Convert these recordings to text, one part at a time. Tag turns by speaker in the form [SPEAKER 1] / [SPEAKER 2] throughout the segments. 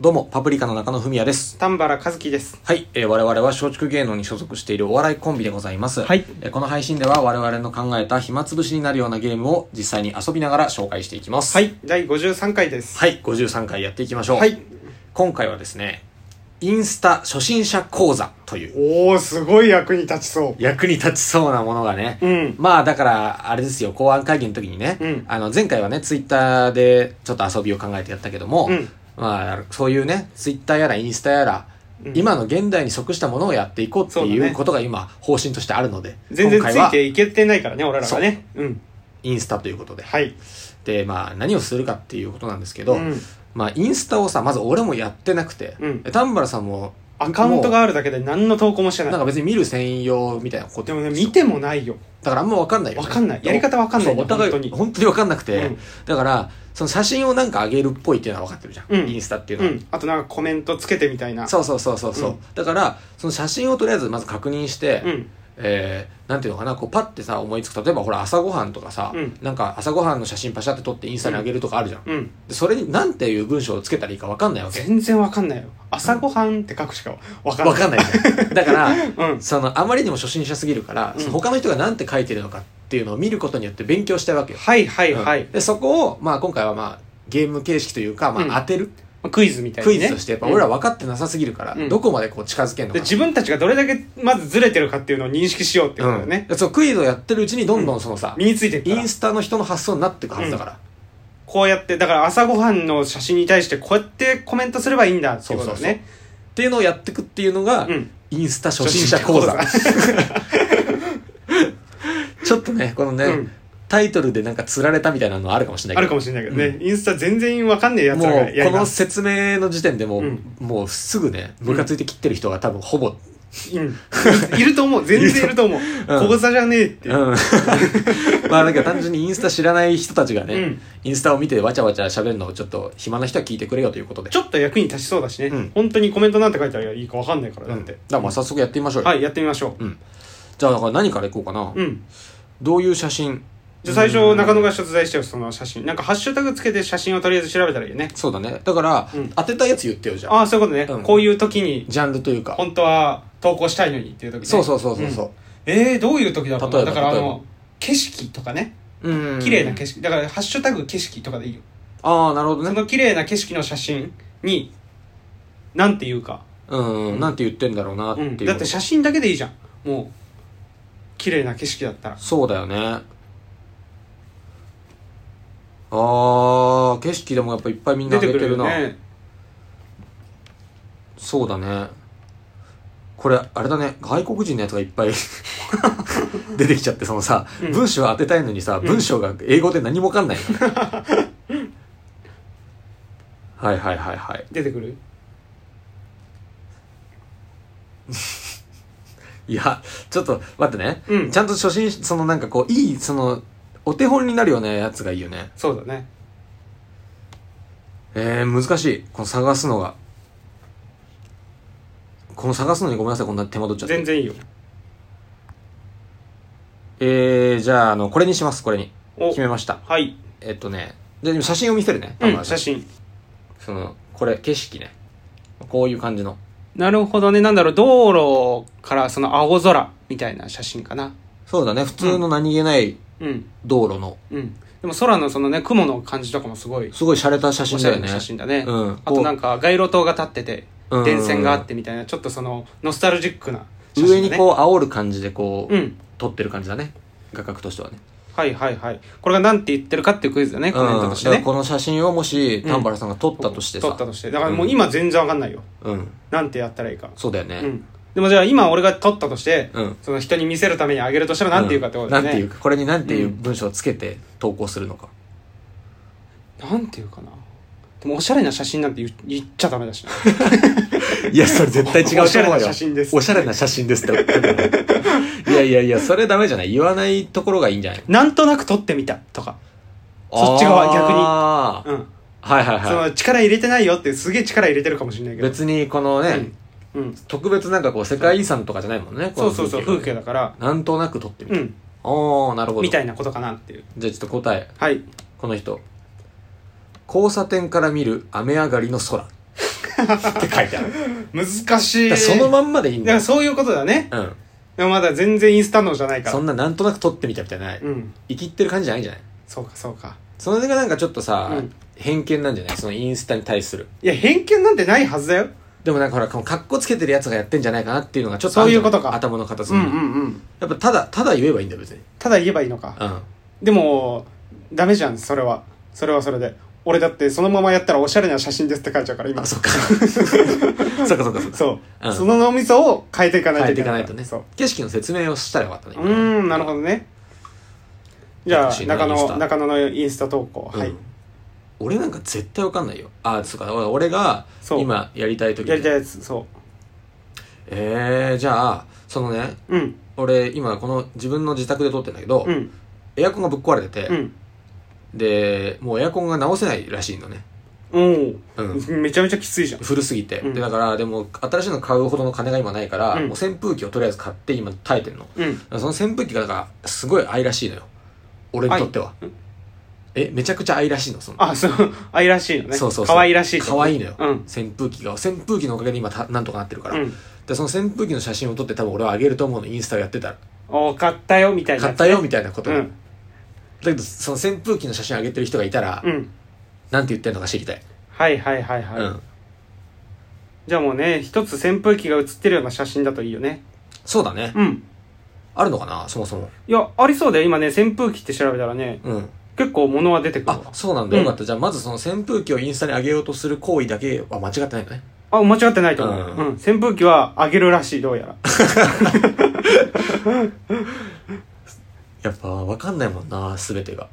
[SPEAKER 1] どうも、パプリカの中野文也です。
[SPEAKER 2] 丹原和樹です。
[SPEAKER 1] はい、えー我々は松竹芸能に所属しているお笑いコンビでございます。
[SPEAKER 2] はい
[SPEAKER 1] えーこの配信では我々の考えた暇つぶしになるようなゲームを実際に遊びながら紹介していきます。
[SPEAKER 2] は。い、第53回です。
[SPEAKER 1] はい、53回やっていきましょう。
[SPEAKER 2] はい。
[SPEAKER 1] 今回はですね、インスタ初心者講座という
[SPEAKER 2] おー、すごい役に立ちそ
[SPEAKER 1] 役に立ちそうなものがね、
[SPEAKER 2] う。うん。
[SPEAKER 1] まあだから、あれですよ、公安会議の時にね、
[SPEAKER 2] うん
[SPEAKER 1] あの前回はね、ツイッターでちょっと遊びを考えてやったけども、
[SPEAKER 2] うん
[SPEAKER 1] まあそういうね、ツイッターやらインスタやら、
[SPEAKER 2] うん
[SPEAKER 1] 今の現代に即したものをやっていこうって
[SPEAKER 2] そうだ
[SPEAKER 1] いう
[SPEAKER 2] ね
[SPEAKER 1] ことが今方針としてあるので、
[SPEAKER 2] 全然つ
[SPEAKER 1] 今回はい
[SPEAKER 2] ていけてないからね、俺らがね。うん。
[SPEAKER 1] インスタということで。
[SPEAKER 2] はい。
[SPEAKER 1] で、まあ何をするかっていうことなんですけ
[SPEAKER 2] う
[SPEAKER 1] ど、
[SPEAKER 2] ん。
[SPEAKER 1] まあインスタをさ、まず俺もやってなくて、
[SPEAKER 2] うん
[SPEAKER 1] 丹原さんも、
[SPEAKER 2] アカウントがあるだけで何の投稿もして
[SPEAKER 1] もうなん
[SPEAKER 2] な
[SPEAKER 1] か
[SPEAKER 2] い。
[SPEAKER 1] 別に見る専用みたいなこと
[SPEAKER 2] でもね、見てもないよ。
[SPEAKER 1] だからあんま分かんないよ、ね。
[SPEAKER 2] わかんないやり方わかんないんだ
[SPEAKER 1] そうお互い、
[SPEAKER 2] 本当に
[SPEAKER 1] 本当に分かんなくて、
[SPEAKER 2] うん
[SPEAKER 1] だから、その写真をなんか上げるっぽいっていうのは分かってるじゃん。
[SPEAKER 2] うん
[SPEAKER 1] インスタっていう
[SPEAKER 2] う
[SPEAKER 1] のは。
[SPEAKER 2] ん。あとなんかコメントつけてみたいな。
[SPEAKER 1] そうそうそうそうそう、
[SPEAKER 2] うん
[SPEAKER 1] だから、その写真をとりあえずまず確認して、
[SPEAKER 2] うん。
[SPEAKER 1] えー、なんていうのかな、こうパッてさ、思いつく。例えばほら、朝ごはんとかさ、
[SPEAKER 2] うん
[SPEAKER 1] なんか朝ごはんの写真パシャって撮ってインスタに上げるとかあるじゃん。
[SPEAKER 2] うん。
[SPEAKER 1] でそれになんていう文章をつけたらいいか分かんないわけ。
[SPEAKER 2] 全然わかんないよ。朝ごはんって書くしかわかん
[SPEAKER 1] 分
[SPEAKER 2] ない。
[SPEAKER 1] かんないじゃん。だから、
[SPEAKER 2] うん。
[SPEAKER 1] その、あまりにも初心者すぎるから、
[SPEAKER 2] うん
[SPEAKER 1] その他の人がなんて書いてるのかっていうのを見ることによって勉強したいわけよ。
[SPEAKER 2] はいはいはい。
[SPEAKER 1] で、そこを、まあ今回はまあ、ゲーム形式というか、ま
[SPEAKER 2] うん
[SPEAKER 1] あ当てる、
[SPEAKER 2] クイズみたいな
[SPEAKER 1] ク
[SPEAKER 2] ね。
[SPEAKER 1] イズとして、やっぱ俺ら
[SPEAKER 2] うん
[SPEAKER 1] 分かってなさすぎるから、
[SPEAKER 2] うん
[SPEAKER 1] どこまでこう近づけるの
[SPEAKER 2] で
[SPEAKER 1] か。
[SPEAKER 2] 自分たちがどれだけまずずれてるかっていうのを認識しようってことだよ
[SPEAKER 1] うん
[SPEAKER 2] ね。
[SPEAKER 1] でそう、クイズをやってるうちにどんどんそのさ、
[SPEAKER 2] 身についてる
[SPEAKER 1] イ
[SPEAKER 2] から
[SPEAKER 1] ン。スタの人の発想になっていくはずだから。
[SPEAKER 2] こうやって、だから朝ごはんの写真に対してこうやってコメントすればいいんだって
[SPEAKER 1] そ
[SPEAKER 2] いう
[SPEAKER 1] うそ
[SPEAKER 2] こと
[SPEAKER 1] う
[SPEAKER 2] だ
[SPEAKER 1] そう。っ
[SPEAKER 2] ね。
[SPEAKER 1] ていうのをやっていくっていうのが、
[SPEAKER 2] うん。
[SPEAKER 1] インスタ初心者講座。
[SPEAKER 2] 初心者講座
[SPEAKER 1] ちょっとね、このね、
[SPEAKER 2] うん
[SPEAKER 1] タイトルでなんか釣られたみたいなのはあるかもしれな
[SPEAKER 2] あ
[SPEAKER 1] いけ
[SPEAKER 2] る
[SPEAKER 1] ど。
[SPEAKER 2] かもしれないけどね。インスタ全然わかんねえやつ
[SPEAKER 1] も
[SPEAKER 2] らが
[SPEAKER 1] う、
[SPEAKER 2] や
[SPEAKER 1] こ
[SPEAKER 2] りま
[SPEAKER 1] の
[SPEAKER 2] す。
[SPEAKER 1] 説明の時点でもう、
[SPEAKER 2] うん
[SPEAKER 1] もうすぐね、ムカついて切ってる人が多分ほぼ
[SPEAKER 2] うん。いると思う。全然いると思う。
[SPEAKER 1] うん
[SPEAKER 2] 講座じゃねえっていう。
[SPEAKER 1] うん。 まあなんか単純にインスタ知らない人たちがね、
[SPEAKER 2] うん
[SPEAKER 1] インスタを見てわちゃわちゃ喋るのをちょっと暇な人は聞いてくれよということで。
[SPEAKER 2] ちょっと役に立ちそうだしね。
[SPEAKER 1] うん
[SPEAKER 2] 本当にコメントなんて書いたらいいかわかんないから、
[SPEAKER 1] う
[SPEAKER 2] だっ
[SPEAKER 1] んだ
[SPEAKER 2] て
[SPEAKER 1] か。らまあ早速やってみましょうよ。
[SPEAKER 2] はい、やってみましょ
[SPEAKER 1] じゃあだから何からいこうかな。
[SPEAKER 2] う。うん。
[SPEAKER 1] どういう写真
[SPEAKER 2] じゃあ最初、
[SPEAKER 1] うん
[SPEAKER 2] 中野が取材してよ、その写真。なんかハッシュタグつけて写真をとりあえず調べたらいいよね。
[SPEAKER 1] そうだね。だから、
[SPEAKER 2] うん
[SPEAKER 1] 当てたやつ言ってよじゃあ。
[SPEAKER 2] ああ、そういうことね。
[SPEAKER 1] うん
[SPEAKER 2] こういう時に、
[SPEAKER 1] ジャンルというか。
[SPEAKER 2] 本当は投稿したいのにっていう時ね。
[SPEAKER 1] そうそうそうそうそ
[SPEAKER 2] えー、どういう時だろう
[SPEAKER 1] 例え
[SPEAKER 2] な
[SPEAKER 1] ば
[SPEAKER 2] だからあ
[SPEAKER 1] 例えば
[SPEAKER 2] の景色とかね
[SPEAKER 1] う。うん。
[SPEAKER 2] 綺麗な景色だから「ハッシュタグ景色」とかでいいよ
[SPEAKER 1] ああ、なるほど
[SPEAKER 2] そ
[SPEAKER 1] ね。
[SPEAKER 2] の綺麗な景色の写真になんていうか、
[SPEAKER 1] うん。なんて言ってんだろうなって
[SPEAKER 2] う、
[SPEAKER 1] いうんこと。
[SPEAKER 2] だって写真だけでいいじゃんもう綺麗な景色だったら
[SPEAKER 1] そうだよね。ああ、景色でもやっぱいっぱいみんな
[SPEAKER 2] 出
[SPEAKER 1] 上
[SPEAKER 2] て
[SPEAKER 1] げて
[SPEAKER 2] くる
[SPEAKER 1] る
[SPEAKER 2] よ
[SPEAKER 1] な。
[SPEAKER 2] ね
[SPEAKER 1] そうだね。これ、あれだね、外国人のやつがいっぱい 出てきちゃって、そのさ、
[SPEAKER 2] うん
[SPEAKER 1] 文章は当てたいのにさ、文章が英語で何もわかんないのね。はいはいはいはい。
[SPEAKER 2] 出てくる
[SPEAKER 1] いや、ちょっと待ってね。
[SPEAKER 2] うん
[SPEAKER 1] ちゃんと初心、そのなんかこう、いい、その、お手本になるようなやつがいいよね。
[SPEAKER 2] そうだね
[SPEAKER 1] えー、難しい。この探すのが。この探すのにごめんなさい、こんな手間取っちゃって。
[SPEAKER 2] 全然いいよ
[SPEAKER 1] えー、じゃあ、あの、これにします、これに。
[SPEAKER 2] お
[SPEAKER 1] 決めました。
[SPEAKER 2] はい、
[SPEAKER 1] えっとね、ででも写真を見せるね。
[SPEAKER 2] うん、写。真
[SPEAKER 1] その、これ、景色ね。こういう感じの。
[SPEAKER 2] なるほどねなんだろう道路からその青空みたいな写真かな
[SPEAKER 1] そうだね、普通の何気ない
[SPEAKER 2] うん
[SPEAKER 1] 道路の、
[SPEAKER 2] うんでも空のそのね雲の感じとかもすごい
[SPEAKER 1] すごい洒落た写
[SPEAKER 2] お
[SPEAKER 1] 真
[SPEAKER 2] しゃ
[SPEAKER 1] だ
[SPEAKER 2] れ
[SPEAKER 1] よね。
[SPEAKER 2] な写真だね、
[SPEAKER 1] うん
[SPEAKER 2] あとなんか街路灯が立ってて
[SPEAKER 1] うん
[SPEAKER 2] 電線があってみたいなちょっとそのノスタルジックな写真、ね、
[SPEAKER 1] 上にこう、煽る感じでこう、
[SPEAKER 2] うん
[SPEAKER 1] 撮ってる感じだね。画角としてはね。
[SPEAKER 2] はいはいはいこれが何て言ってるかっていうクイズだねコメントとして
[SPEAKER 1] うんだから
[SPEAKER 2] ね
[SPEAKER 1] この写真をもし、
[SPEAKER 2] うん
[SPEAKER 1] 丹原さんが撮ったとしてさ。
[SPEAKER 2] 撮ったとしてだからもう今全然わかんないよ、
[SPEAKER 1] うん。
[SPEAKER 2] なんてやったらいいか
[SPEAKER 1] そうだよね。
[SPEAKER 2] うんでもじゃあ今俺が撮ったとして、
[SPEAKER 1] うん
[SPEAKER 2] その人に見せるためにあげるとしたら何て言うかってことだよね、
[SPEAKER 1] なんていう
[SPEAKER 2] う
[SPEAKER 1] か、これになんていう文章をつけて投稿するのか。
[SPEAKER 2] なんて言うかなでもおしゃれな写真なんて言う言っちゃダメだしな
[SPEAKER 1] いや、それ絶対違うと思うよ。
[SPEAKER 2] おしゃれな写真です
[SPEAKER 1] おしゃれな写真ですって言ってるの いやいやいや、それダメじゃない。言わないところがいいんじゃない
[SPEAKER 2] なんとなく撮ってみたとか、そっち側逆に
[SPEAKER 1] あー
[SPEAKER 2] うん
[SPEAKER 1] はいはい
[SPEAKER 2] そ
[SPEAKER 1] はい。
[SPEAKER 2] の力入れてないよってすげえ力入れてるかもしれないけど
[SPEAKER 1] 別に、このね、
[SPEAKER 2] うん、うん、
[SPEAKER 1] 特別なんかこう、世界遺産とかじゃないもんね。こ
[SPEAKER 2] そ
[SPEAKER 1] の
[SPEAKER 2] うそうそう風景だから
[SPEAKER 1] なんとなく撮ってみ
[SPEAKER 2] う
[SPEAKER 1] た。
[SPEAKER 2] ん
[SPEAKER 1] ああ、なるほど。
[SPEAKER 2] み
[SPEAKER 1] じ
[SPEAKER 2] た
[SPEAKER 1] ゃ
[SPEAKER 2] いなことかなっていう
[SPEAKER 1] あちょっと答え。
[SPEAKER 2] はい
[SPEAKER 1] この人。交差点から見る雨上がりの空。って書いてある。
[SPEAKER 2] 難し
[SPEAKER 1] だか
[SPEAKER 2] い
[SPEAKER 1] らそのまんまでいいんだ
[SPEAKER 2] だか
[SPEAKER 1] よ
[SPEAKER 2] ら。そういうことだね
[SPEAKER 1] うん。
[SPEAKER 2] でもまだ全然インスタのじゃないから
[SPEAKER 1] そんななんとなく撮ってみたみたいな、
[SPEAKER 2] うん
[SPEAKER 1] 生きってる感じじゃないんじゃない
[SPEAKER 2] そうかそうか
[SPEAKER 1] それがなんかちょっとさ、
[SPEAKER 2] うん
[SPEAKER 1] 偏見なんじゃないそのインスタに対する。
[SPEAKER 2] いや偏見なんてないはずだよ
[SPEAKER 1] でもなんかほら、この格好つけてるやつがやってんじゃないかなっていうのがちょっとあるじゃん
[SPEAKER 2] そういうことか
[SPEAKER 1] 頭の片
[SPEAKER 2] う
[SPEAKER 1] 隅
[SPEAKER 2] ん
[SPEAKER 1] に。
[SPEAKER 2] うんうん
[SPEAKER 1] やっぱただ、ただ言えばいいんだよ、別に。
[SPEAKER 2] ただ言えばいいのか
[SPEAKER 1] うん。
[SPEAKER 2] でもダメじゃんそれはそれはそれで俺だってそのままやったらおしゃれな写真ですって書いちゃうから今
[SPEAKER 1] あ、
[SPEAKER 2] そ
[SPEAKER 1] そっか。 そっかそっかそっか。
[SPEAKER 2] う、
[SPEAKER 1] うん
[SPEAKER 2] その脳みそを変えていかない
[SPEAKER 1] 変
[SPEAKER 2] と
[SPEAKER 1] え
[SPEAKER 2] い
[SPEAKER 1] て
[SPEAKER 2] け
[SPEAKER 1] いか
[SPEAKER 2] な
[SPEAKER 1] ないいとね
[SPEAKER 2] そう。
[SPEAKER 1] 景色の説明をしたらよかったね。
[SPEAKER 2] うーんなるほどねじゃ
[SPEAKER 1] 欲
[SPEAKER 2] あ
[SPEAKER 1] しいな
[SPEAKER 2] 中
[SPEAKER 1] インス
[SPEAKER 2] 野
[SPEAKER 1] タ
[SPEAKER 2] 中野のインスタ投稿、
[SPEAKER 1] うん
[SPEAKER 2] はい
[SPEAKER 1] 俺なんか絶対わかんないよ。あ、そうか。俺俺が
[SPEAKER 2] そう
[SPEAKER 1] 今やりたい時に
[SPEAKER 2] やりたいやつそ
[SPEAKER 1] えー、じゃあ、そのね、
[SPEAKER 2] ううん
[SPEAKER 1] 俺今この自分の自宅で撮ってんだけど、
[SPEAKER 2] うん
[SPEAKER 1] エアコンがぶっ壊れて
[SPEAKER 2] う
[SPEAKER 1] て、
[SPEAKER 2] ん
[SPEAKER 1] で、もうエアコンが直せないらしいのね。
[SPEAKER 2] おー
[SPEAKER 1] うん。
[SPEAKER 2] めちゃめちゃきついじゃん
[SPEAKER 1] 古すぎて。
[SPEAKER 2] うん
[SPEAKER 1] で、だから、でも、新しいの買うほどの金が今ないから、
[SPEAKER 2] う
[SPEAKER 1] も
[SPEAKER 2] ん
[SPEAKER 1] う扇風機をとりあえず買って今耐えてんの。
[SPEAKER 2] うん
[SPEAKER 1] その扇風機が、だから、すごい愛らしいのよ。俺にとっては。え、めちゃくちゃ愛らしいの、その。
[SPEAKER 2] あそう 愛らしいのね
[SPEAKER 1] そうそうそう
[SPEAKER 2] 可愛らしい
[SPEAKER 1] 可愛いのよ、
[SPEAKER 2] うん
[SPEAKER 1] 扇風機が扇風機のおかげで今たなんとかなってるから、
[SPEAKER 2] うん
[SPEAKER 1] でその扇風機の写真を撮って多分俺はあげると思うのインスタやってたら
[SPEAKER 2] お買ったよみたいな
[SPEAKER 1] 買ったよみたいなことを、
[SPEAKER 2] うん
[SPEAKER 1] だけどその扇風機の写真あげてる人がいたら、
[SPEAKER 2] うん
[SPEAKER 1] なんて言ってるのか知りたい、
[SPEAKER 2] はいはいはいはい、
[SPEAKER 1] うん
[SPEAKER 2] じゃあもうね一つ扇風機が写ってるような写真だといいよね
[SPEAKER 1] そうだね、
[SPEAKER 2] うん
[SPEAKER 1] あるのかなそもそも
[SPEAKER 2] いやありそうだよ今ね扇風機って調べたらね
[SPEAKER 1] うん
[SPEAKER 2] 結構物は出てくる
[SPEAKER 1] あ
[SPEAKER 2] わ
[SPEAKER 1] そうなんだ
[SPEAKER 2] うん
[SPEAKER 1] よかった、じゃあまずその扇風機をインスタに上げようとする行為だけは間違ってないのね
[SPEAKER 2] あ間違ってないと思う、う
[SPEAKER 1] うんん
[SPEAKER 2] 扇風機はあげるらしいどうやら
[SPEAKER 1] やっぱ分かんないもんな全てが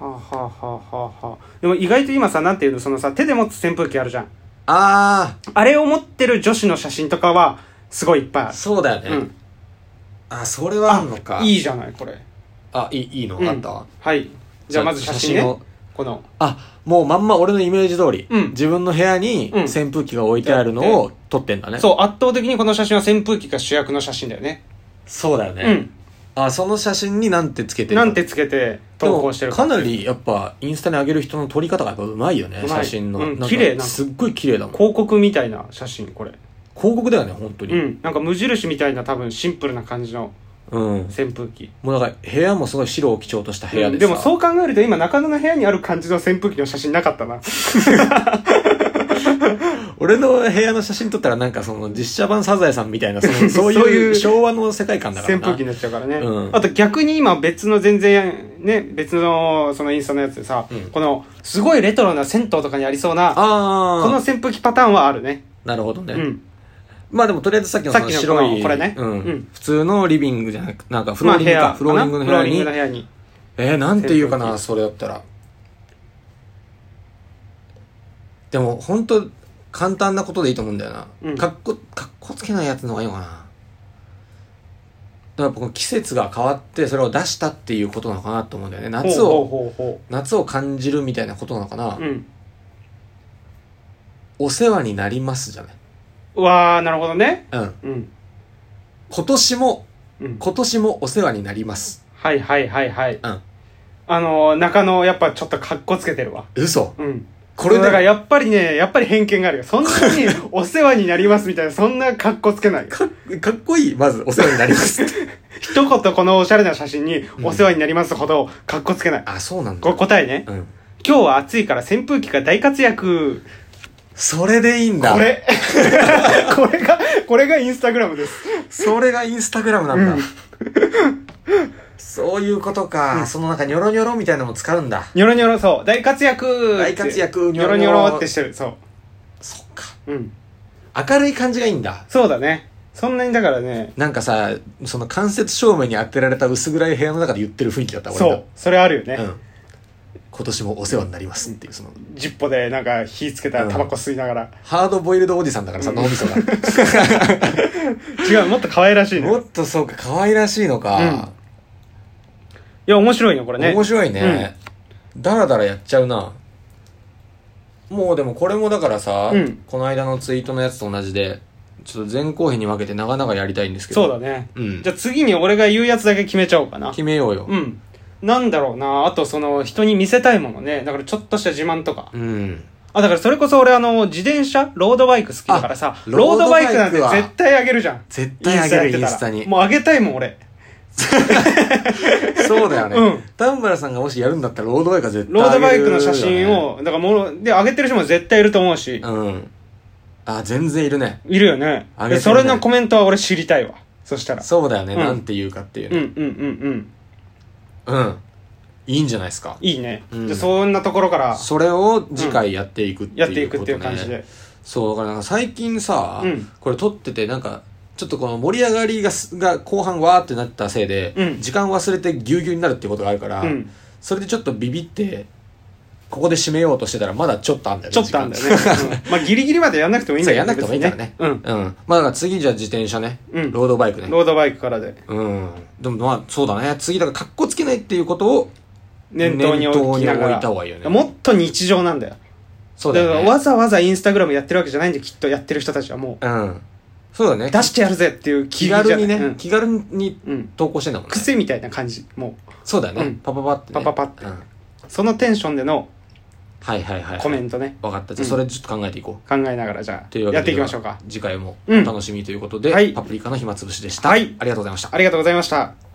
[SPEAKER 2] はあ、はあはあはあはあ、でも意外と今さなんていうのそのさ手で持つ扇風機あるじゃん
[SPEAKER 1] あ
[SPEAKER 2] あれを持ってる女子の写真とかはすごいいっぱいあ
[SPEAKER 1] あ
[SPEAKER 2] る
[SPEAKER 1] そうだよね、
[SPEAKER 2] うん
[SPEAKER 1] あそれはあるのか
[SPEAKER 2] い
[SPEAKER 1] い
[SPEAKER 2] いじゃないこれ
[SPEAKER 1] あいいいいの、
[SPEAKER 2] うん
[SPEAKER 1] あったわ
[SPEAKER 2] はいじゃあまず写真ね
[SPEAKER 1] を
[SPEAKER 2] この
[SPEAKER 1] あもうまんま俺のイメージ通り、
[SPEAKER 2] うん
[SPEAKER 1] 自分の部屋に
[SPEAKER 2] うん
[SPEAKER 1] 扇風機が置いてあるのを撮ってんだね、う
[SPEAKER 2] そう圧倒的にこの写真は扇風機が主役の写真だよね
[SPEAKER 1] そうだよね、あその写真になんてつけて
[SPEAKER 2] うん
[SPEAKER 1] る
[SPEAKER 2] なんてつけて
[SPEAKER 1] でも
[SPEAKER 2] 投稿してる
[SPEAKER 1] かなりやっぱインスタに上げる人の撮り方がやっぱうまいよね
[SPEAKER 2] うまい
[SPEAKER 1] 写真の、
[SPEAKER 2] うん
[SPEAKER 1] なんか
[SPEAKER 2] 綺麗なんか
[SPEAKER 1] すっごい綺麗だもん広
[SPEAKER 2] 広告みたいな写真これ
[SPEAKER 1] 告だよね本当に
[SPEAKER 2] うんなんか無印みたいな多分シンプルな感じの
[SPEAKER 1] うん、
[SPEAKER 2] 扇風機
[SPEAKER 1] もうだから部屋もすごい白を基調とした部屋でさ、
[SPEAKER 2] でもそう考えると今中野の部屋にある感じの扇風機の写真なかったな
[SPEAKER 1] 俺の部屋の写真撮ったらなんかその実写版サザエさんみたいなそ のそう
[SPEAKER 2] そう
[SPEAKER 1] い
[SPEAKER 2] いう
[SPEAKER 1] う昭和の世界観だから
[SPEAKER 2] 扇
[SPEAKER 1] な
[SPEAKER 2] 風機になっちゃうからね、
[SPEAKER 1] うん
[SPEAKER 2] あと逆に今別の全然ね別のそのインスタのやつでさ、
[SPEAKER 1] うん
[SPEAKER 2] このすごいレトロな銭湯とかにありそうな
[SPEAKER 1] ああ
[SPEAKER 2] この扇風機パターンはあるね
[SPEAKER 1] なるほどね、
[SPEAKER 2] うん
[SPEAKER 1] まあでもとりあえずさっきの
[SPEAKER 2] さ
[SPEAKER 1] そ
[SPEAKER 2] っき
[SPEAKER 1] の
[SPEAKER 2] の
[SPEAKER 1] 白
[SPEAKER 2] こ
[SPEAKER 1] い
[SPEAKER 2] のこれね
[SPEAKER 1] うん
[SPEAKER 2] うん
[SPEAKER 1] 普通のリビングじゃなくなんかフローリングか、
[SPEAKER 2] まあ
[SPEAKER 1] フローリングの部
[SPEAKER 2] フロ
[SPEAKER 1] 屋
[SPEAKER 2] ーリン
[SPEAKER 1] に
[SPEAKER 2] グの部屋に
[SPEAKER 1] えー、なんていうか
[SPEAKER 2] 扇
[SPEAKER 1] な
[SPEAKER 2] 風
[SPEAKER 1] それだったらでも本当簡単なことでいいと思うんだよな、
[SPEAKER 2] うん
[SPEAKER 1] かっこかっこつけないやつの方がいいのかなだからやっぱこの季節が変わってそれを出したっていうことなのかなと思うんだよね夏を
[SPEAKER 2] ほうほうほ
[SPEAKER 1] 夏を感じるみたいなことなのかな、
[SPEAKER 2] うほううん
[SPEAKER 1] お世話になりますじゃないう
[SPEAKER 2] わーなるほどね
[SPEAKER 1] うん
[SPEAKER 2] うん
[SPEAKER 1] 今年も
[SPEAKER 2] うん
[SPEAKER 1] 今年もお世話になります
[SPEAKER 2] はいはいはいはい
[SPEAKER 1] うん
[SPEAKER 2] あのー中野やっぱちょっと格好つけてるわ
[SPEAKER 1] 嘘
[SPEAKER 2] うん
[SPEAKER 1] これ
[SPEAKER 2] だから
[SPEAKER 1] で
[SPEAKER 2] やっぱりねやっぱり偏見があるよそんなにお世話になりますみたいなそんな格好つけないよ
[SPEAKER 1] かかっこいいまずお世話になりますって
[SPEAKER 2] 一言このおしゃれな写真にお世話になりますほど格好つけない
[SPEAKER 1] あそうなんだ
[SPEAKER 2] こ答えね
[SPEAKER 1] うん
[SPEAKER 2] 今日は暑いから扇風機が大活躍
[SPEAKER 1] それでいいんだ
[SPEAKER 2] これ これがこれがインスタグラムです
[SPEAKER 1] それがインスタグラムなんだ、
[SPEAKER 2] うん
[SPEAKER 1] そういうことか、そのなんかニョロニョロみたいなのも使うんだ
[SPEAKER 2] ニョロニョロそう大活躍
[SPEAKER 1] 大活躍
[SPEAKER 2] ニョロニョロってしてるそ
[SPEAKER 1] そっか
[SPEAKER 2] ううん
[SPEAKER 1] 明るい感じがいいんだ
[SPEAKER 2] そうだねそんなにだからね
[SPEAKER 1] なんかさその間接照明に当てられた薄暗い部屋の中で言ってる雰囲気だった俺
[SPEAKER 2] そうそれあるよね、
[SPEAKER 1] がうん今年もお世話になりますっていうその
[SPEAKER 2] ジッポでなんか火つけたらタバコ吸いながら、
[SPEAKER 1] ハードボイルドおじさんだからさ、脳み そが
[SPEAKER 2] 違うもっと可愛らしいね
[SPEAKER 1] もっとそうか可愛らしいのか、
[SPEAKER 2] いや面白いよこれね
[SPEAKER 1] 面白いね、だらだらやっちゃうなもうでもこれもだからさ、
[SPEAKER 2] うん
[SPEAKER 1] この間のツイートのやつと同じでちょっと前後編に分けて長々やりたいんですけど
[SPEAKER 2] そうだね、
[SPEAKER 1] うん
[SPEAKER 2] じゃあ次に俺が言うやつだけ決めちゃおうかな
[SPEAKER 1] 決めようよ
[SPEAKER 2] うんなんだろうなあとその人に見せたいものねだからちょっとした自慢とか
[SPEAKER 1] うん、
[SPEAKER 2] あ、だからそれこそ俺あの、自転車ロードバイク好きだからさ
[SPEAKER 1] あ、
[SPEAKER 2] ロードバイクなんて
[SPEAKER 1] ロードバイクは
[SPEAKER 2] 絶対あげるじゃん。
[SPEAKER 1] 絶対あげるインスタ
[SPEAKER 2] やってたら
[SPEAKER 1] に
[SPEAKER 2] もうあげたいもん俺。
[SPEAKER 1] そうだよね、
[SPEAKER 2] うん
[SPEAKER 1] 田村さんがもしやるんだったらロードバイクは絶対
[SPEAKER 2] ロードバイクの写
[SPEAKER 1] あげる
[SPEAKER 2] 真
[SPEAKER 1] よね
[SPEAKER 2] を、だからもう、で、あげてる人も絶対いると思うし、
[SPEAKER 1] うんあ全然いるね
[SPEAKER 2] いるよね。
[SPEAKER 1] あげてる
[SPEAKER 2] で
[SPEAKER 1] ね
[SPEAKER 2] それのコメントは俺知りたいわ。そしたら。
[SPEAKER 1] そうだよね、
[SPEAKER 2] うん
[SPEAKER 1] なんて言うかっていう
[SPEAKER 2] うんう
[SPEAKER 1] ね
[SPEAKER 2] んうんうん。
[SPEAKER 1] うん、いいんじゃないですか
[SPEAKER 2] いいね。
[SPEAKER 1] うん
[SPEAKER 2] じゃあそんなところから
[SPEAKER 1] それを次回やっていくっていう
[SPEAKER 2] やっ
[SPEAKER 1] こと、ね
[SPEAKER 2] ていくっていう感じで。
[SPEAKER 1] そうだからなんか最近さ、
[SPEAKER 2] うん
[SPEAKER 1] これ撮っててなんかちょっとこの盛り上がりがすが後半わーってなったせいで、
[SPEAKER 2] うん
[SPEAKER 1] 時間忘れてぎゅうぎゅうになるってことがあるから、
[SPEAKER 2] うん。
[SPEAKER 1] それでちょっとビビってここで締めようとしてたらまだちょっとあんだよね
[SPEAKER 2] ちょっとあんだよね。 うんまあギリギリまでやんなくてもいいん
[SPEAKER 1] そ
[SPEAKER 2] だ
[SPEAKER 1] う
[SPEAKER 2] けど
[SPEAKER 1] やんなくてもいいからね
[SPEAKER 2] 別に
[SPEAKER 1] うん、まあだから次じゃあ自転車ね、
[SPEAKER 2] うん
[SPEAKER 1] ロードバイクね
[SPEAKER 2] うん。ロードバイクからで。
[SPEAKER 1] うんでもまあそうだね次だからかっこつけないっていうことを
[SPEAKER 2] 念頭に置きなが
[SPEAKER 1] 念頭に置い
[SPEAKER 2] ら。
[SPEAKER 1] た方がいいよね
[SPEAKER 2] もっと日常なんだよ。
[SPEAKER 1] そうだ
[SPEAKER 2] だか
[SPEAKER 1] よ
[SPEAKER 2] ら
[SPEAKER 1] ね
[SPEAKER 2] わざわざインスタグラムやってるわけじゃないんで、きっとやってる人たちはも
[SPEAKER 1] うんそうだね
[SPEAKER 2] う、出してやるぜっていう気
[SPEAKER 1] 気
[SPEAKER 2] じゃない
[SPEAKER 1] 軽にね、
[SPEAKER 2] うん
[SPEAKER 1] 気軽に
[SPEAKER 2] うん。
[SPEAKER 1] 投稿してんだもんね
[SPEAKER 2] 癖みたいな感じ。もう、
[SPEAKER 1] そうだよね、
[SPEAKER 2] うん
[SPEAKER 1] パパパって、ね、
[SPEAKER 2] パパパって
[SPEAKER 1] うん
[SPEAKER 2] そのテンションでの
[SPEAKER 1] はいはいはい、はい、
[SPEAKER 2] コメントね、
[SPEAKER 1] 分かったじゃあ
[SPEAKER 2] うん
[SPEAKER 1] それちょっと考えていこう、
[SPEAKER 2] 考えながらじゃあ、
[SPEAKER 1] というわけで
[SPEAKER 2] やっていきましょうか。
[SPEAKER 1] 次回もお
[SPEAKER 2] うん
[SPEAKER 1] 楽しみということで、
[SPEAKER 2] はい
[SPEAKER 1] パプリカの暇つぶしでした、
[SPEAKER 2] はい
[SPEAKER 1] ありがとうございました
[SPEAKER 2] ありがとうございました。